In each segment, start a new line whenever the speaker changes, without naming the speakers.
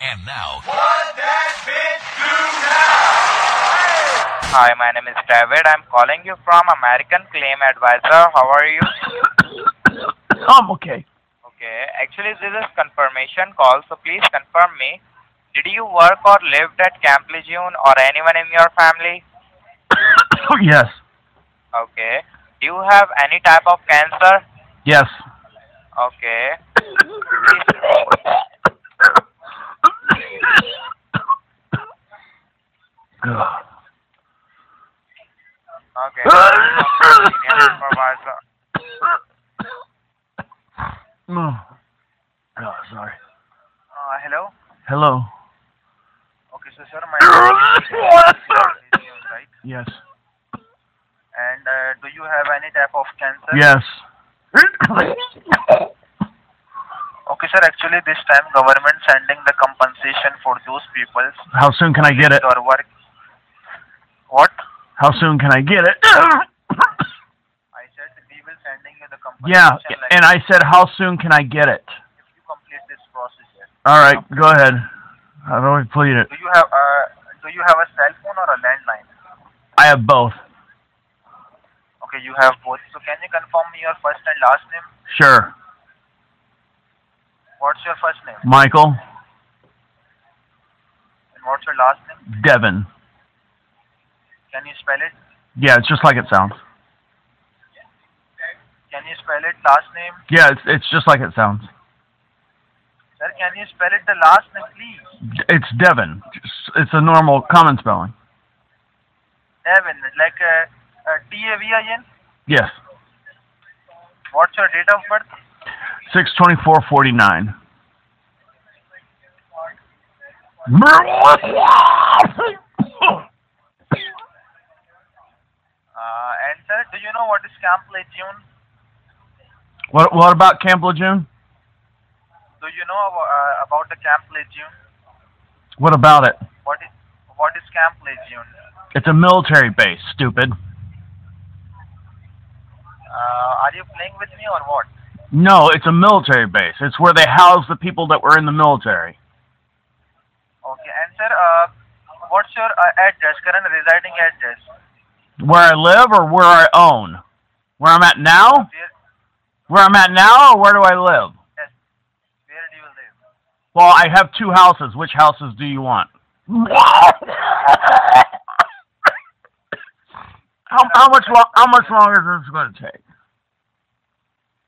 And now,
Hi, my name is David. I'm calling you from American Claim Advisor. How are you?
I'm okay.
Okay, actually, this is confirmation call, so please confirm me. Did you work or lived at Camp Lejeune or anyone in your family?
Oh, yes.
Okay. Do you have any type of cancer?
Yes.
Okay. Okay. Senior supervisor.
No. Oh, sorry.
Uh, hello.
Hello.
Okay, so sir, my name is right?
Yes.
And uh, do you have any type of cancer?
Yes.
Okay, sir. Actually, this time government sending the compensation for those people
How soon can I get it?
who are work. What?
How soon can I get it?
I said we will sending you the
yeah,
compensation. like
and I said, how soon can I get it?
if you complete this process. Sir.
All right, go ahead. I've already pleaded it.
Do you have uh, Do you have a cell phone or a landline?
I have both.
Okay, you have both. So can you confirm me your first and last name?
Sure.
What's your first name
Michael
and what's your last name?
Devin.
Can you spell it?
Yeah, it's just like it sounds.
Can you spell it last name?
Yeah, it's it's just like it sounds.
Sir, can you spell it the last name, please?
It's Devin. It's- It's a normal common spelling.
Devin, like uh, uh, T-A-V-I-N.
Yes.
What's your date of birth?
Six twenty four forty nine.
Uh, and sir, do you know what is Camp Lejeune?
What what about Camp Lejeune?
Do you know abo- uh, about the Camp Lejeune?
What about it?
What is what is Camp Lejeune?
It's a military base, stupid.
Uh, are you playing with me or what?
No, it's a military base. It's where they house the people that were in the military.
Okay, and sir, uh, what's your uh, address, current residing address?
Where I live or where I own? Where I'm at now?
Where,
Where I'm at now or where do I live?
yes, where do you live?
Well, I have two houses. Which houses do you want? how, how much lo- how much longer is this going to take?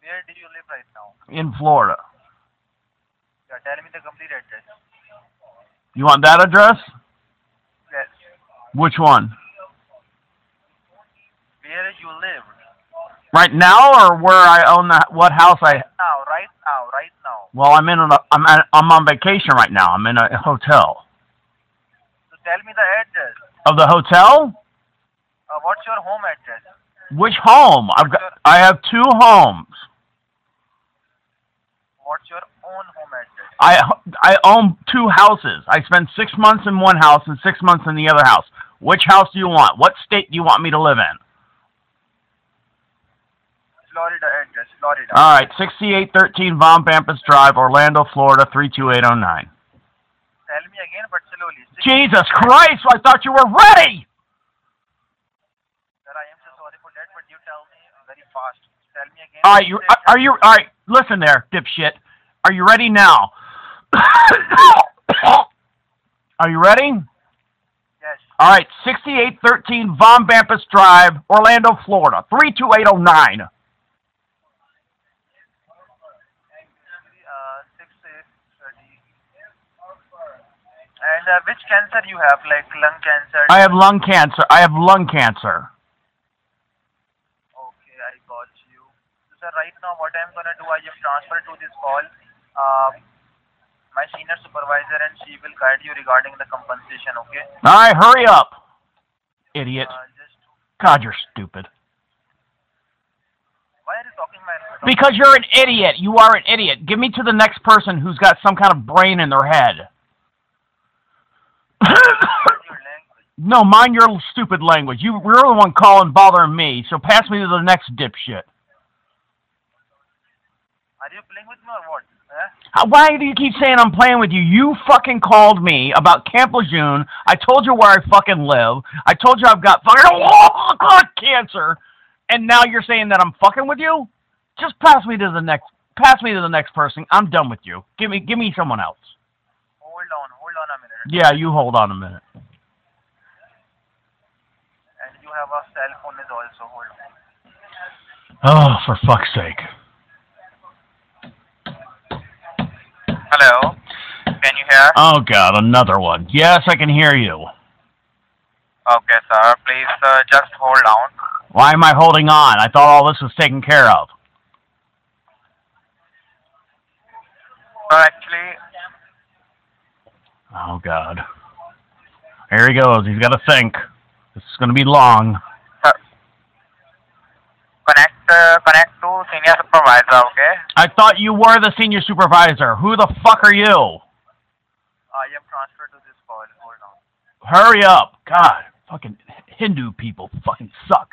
Where do you live right now?
In Florida.
Yeah, tell me the complete address.
You want that address?
Yes.
Which one?
Where you live
Right now or where I own that what house I
now, right now, right now.
Well, I'm in a, I'm at, I'm on vacation right now. I'm in a hotel.
So tell me the address.
Of the hotel?
Uh, what's your home address?
Which home? I've got I have two homes.
What's your own home address?
I I own two houses. I spend six months in one house and six months in the other house. Which house do you want? What state do you want me to live in?
Florida address, Florida.
All right, sixty-eight thirteen Von Pampas Drive, Orlando, Florida three two eight zero nine.
Tell me again, but slowly. Six,
Jesus Christ! I thought you were ready.
sir, I am so sorry for that, but you tell me very fast. Tell me again.
All right, you
Six,
are you all right? Listen there, dipshit. Are you ready now? are you ready?
Yes.
All right, sixty-eight thirteen Von Pampas Drive, Orlando, Florida three two eight zero nine.
Uh, six, eight, thirty. And uh, which cancer you have, like lung cancer?
I have lung cancer. I have lung cancer.
Okay, I got you. So, sir, right now what I'm gonna do, I have transferred to this call. Um, my senior supervisor and she will guide you regarding the compensation. Okay?
All right, hurry up, idiot.
Uh, just
God, you're stupid.
why are you talking my?
Because you're an idiot. You are an idiot. Give me to the next person who's got some kind of brain in their head.
your language.
no, mind your stupid language. You, you're the one calling, bothering me. So pass me to the next dipshit.
Are you playing with me or what? Eh?
How- Why do you keep saying I'm playing with you? You fucking called me about Camp Lejeune. I told you where I fucking live. I told you I've got fucking oh, cancer, and now you're saying that I'm fucking with you? Just pass me to the next. Pass me to the next person. I'm done with you. Give me, give me someone else.
Hold on, hold on a minute.
Yeah, you hold on a minute.
And you have a cell phone is also hold on.
Oh, for fuck's sake.
Hello. Can you hear?
Oh God, another one. Yes, I can hear you.
Okay, sir. Please uh, just hold on.
Why am I holding on? I thought all this was taken care of.
Sir, actually,
Oh God. Here he goes. He's got to think. This is going to be long.
connect uh, connect to senior supervisor. Okay.
I thought you were the senior supervisor. Who the fuck are you?
I am transferred to this call. Hold on.
Hurry up. God, fucking Hindu people fucking suck.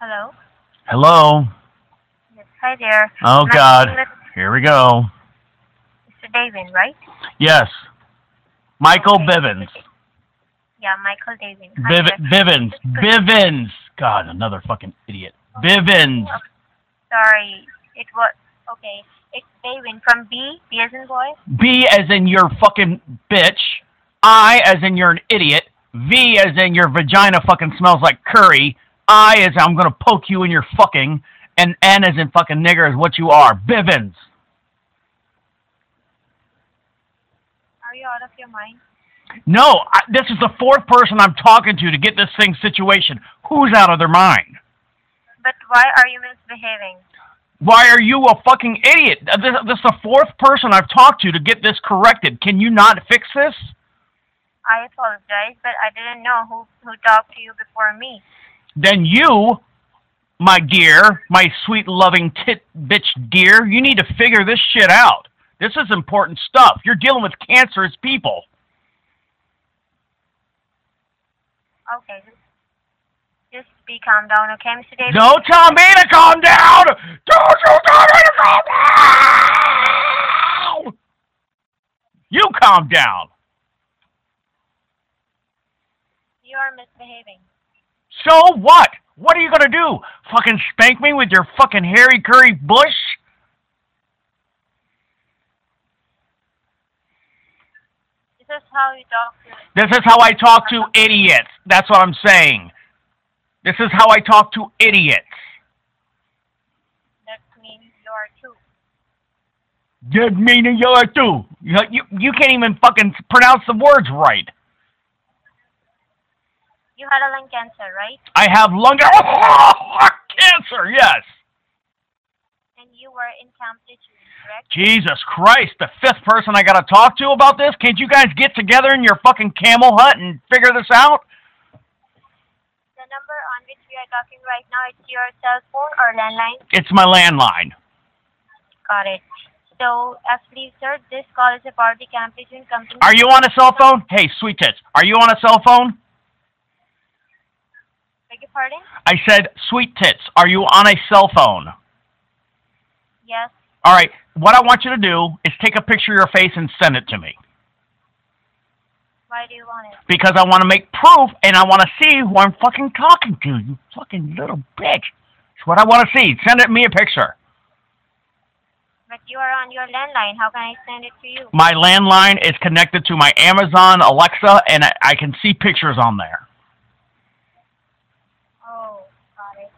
Hello.
Hello.
Yes. Hi there.
Oh
Am I
God.
speaking
Here we go.
with Mr. Davin, right?
Yes. Michael Bivens.
Yeah, Michael Davin. Hi
Biv-
there.
Bivens. Bivens. God, another fucking idiot. Bivens.
Sorry, it was okay. It's Davin from B. B as in boy.
B as in you're fucking bitch. I as in you're an idiot. V as in your vagina fucking smells like curry. I as I'm gonna poke you in your fucking. And N as in fucking nigger is what you are. Bivens.
Are you out of your mind?
No, I, this is the fourth person I'm talking to to get this thing situation. Who's out of their mind?
But why are you misbehaving?
Why are you a fucking idiot? Uh, This, this is the fourth person I've talked to to get this corrected. Can you not fix this?
I apologize, but I didn't know who who talked to you before me.
then you, my dear, my sweet loving tit bitch dear, you need to figure this shit out. This is important stuff. You're dealing with cancerous people.
Okay. just- Just be calm down, okay, Mr. Davin?
No, tell me to calm down. Don't you tell me to calm down. You calm down.
You are misbehaving.
So what? What are you gonna do? Fucking spank me with your fucking hairy curry bush?
This is how you talk to
This is how I talk to idiots. That's what I'm saying. This is how I talk to idiots.
That means you are too.
Good meaning you are too. You, you, you can't even fucking pronounce the words right.
You had a lung cancer, right?
I have lung oh, cancer, yes.
And you were in Camp Lejeune, correct?
Jesus Christ, the fifth person I gotta talk to about this? Can't you guys get together in your fucking camel hut and figure this out?
The number on which we are talking right now is your cell phone or landline.
It's my landline.
Got it. So, actually, sir, this call is about the Camp Lejeune company.
Are you on a cell phone? Hey, sweet tits, are you on a cell phone?
Beg your pardon?
I said, sweet tits, are you on a cell phone?
Yes.
All right, what I want you to do is take a picture of your face and send it to me.
Why do you want it?
because I want to make proof and I want to see who I'm fucking talking to. You fucking little bitch. That's what I want to see. Send it me a picture.
But you are on your landline. How can I send it to you?
My landline is connected to my Amazon Alexa, and I, I can see pictures on there.
Oh, got it.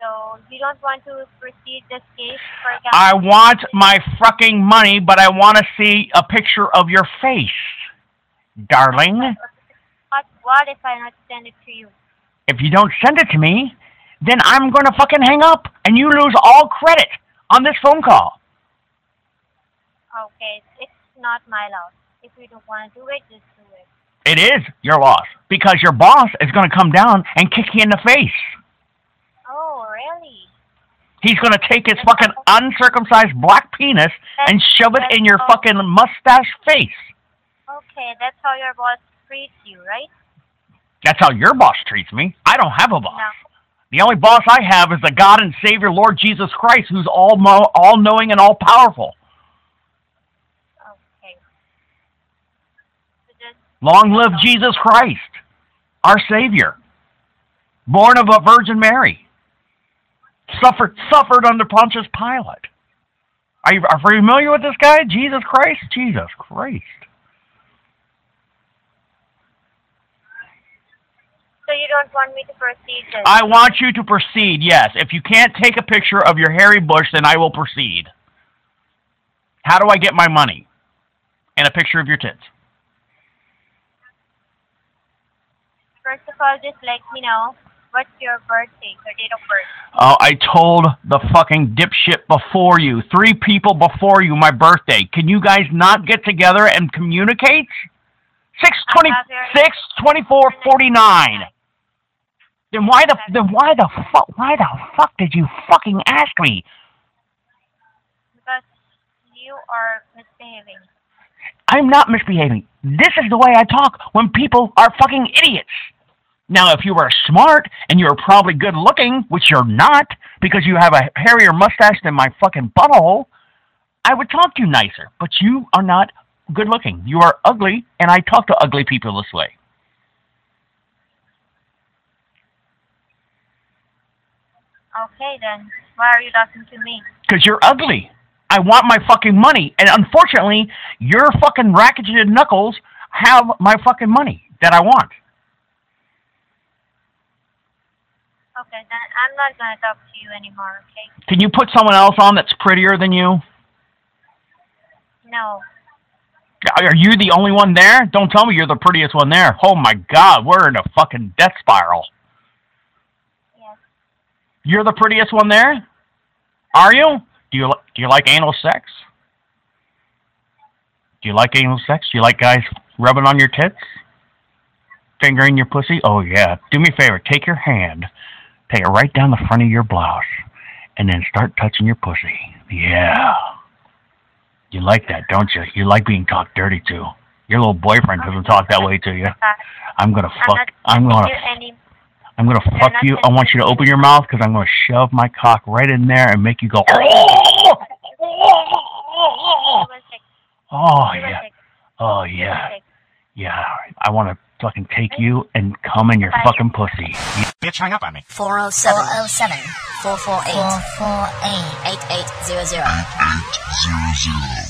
So, you don't want to proceed this case for Camp
I want my fucking money, but I want to see a picture of your face, darling.
But what if I not send it to you?
If you don't send it to me, then I'm gonna fucking hang up, and you lose all credit on this phone call.
Okay, it's not my loss. If you don't want to do it, just do it.
It is your loss because your boss is going to come down and kick you in the face.
Oh, really?
He's going to take his fucking uncircumcised black penis and shove it in your fucking mustache face.
Okay, that's how your boss treats you, right?
That's how your boss treats me. I don't have a boss.
No.
The only boss I have is the God and Savior Lord Jesus Christ, who's all mo- all knowing and all powerful.
Okay. So just
Long live Jesus Christ, our Savior, born of a Virgin Mary, suffered suffered under Pontius Pilate. Are you, are you familiar with this guy? Jesus Christ, Jesus Christ.
so you don't want me to proceed then?
I want you to proceed. Yes, if you can't take a picture of your hairy bush, then I will proceed. How do I get my money? And a picture of your tits.
First of all, just let me know what's your birthday, your date of birth.
Oh, I told the fucking dipshit before you, three people before you, my birthday. Can you guys not get together and communicate? Six twenty six twenty four forty nine. Then why the then why the fuck why the fuck did you fucking ask me?
Because you are misbehaving.
I'm not misbehaving. This is the way I talk when people are fucking idiots. Now, if you were smart and you're probably good looking, which you're not, because you have a hairier mustache than my fucking butthole, I would talk to you nicer. But you are not good looking. You are ugly, and I talk to ugly people this way.
Okay then, why are you talking to me?
Because you're ugly. I want my fucking money. And unfortunately, your fucking racketed knuckles have my fucking money that I want.
Okay, then I'm not gonna talk to you anymore, okay?
Can you put someone else on that's prettier than you?
No.
Are you the only one there? Don't tell me you're the prettiest one there. Oh my god, we're in a fucking death spiral.
Yes.
You're the prettiest one there? Are you? Do you li- do you like anal sex? Do you like anal sex? Do you like guys rubbing on your tits? Fingering your pussy? Oh yeah. Do me a favor, take your hand, take it right down the front of your blouse, and then start touching your pussy. Yeah. You like that, don't you? You like being talked dirty to. Your little boyfriend doesn't talk that way to you.
Uh,
I'm gonna
I'm
fuck.
not
I'm gonna.
you any
I'm gonna
I'm
fuck
not
you. I
gonna
want you to
touch
open
you.
your mouth because I'm gonna shove my cock right in there and make you go.
you
Oh
will take you will
yeah.
take
Oh
you will
yeah.
take
Yeah. I want to fucking take you and come in your fucking pussy.
Bitch, hang up on me.
407 407 448 448 8800.
8800.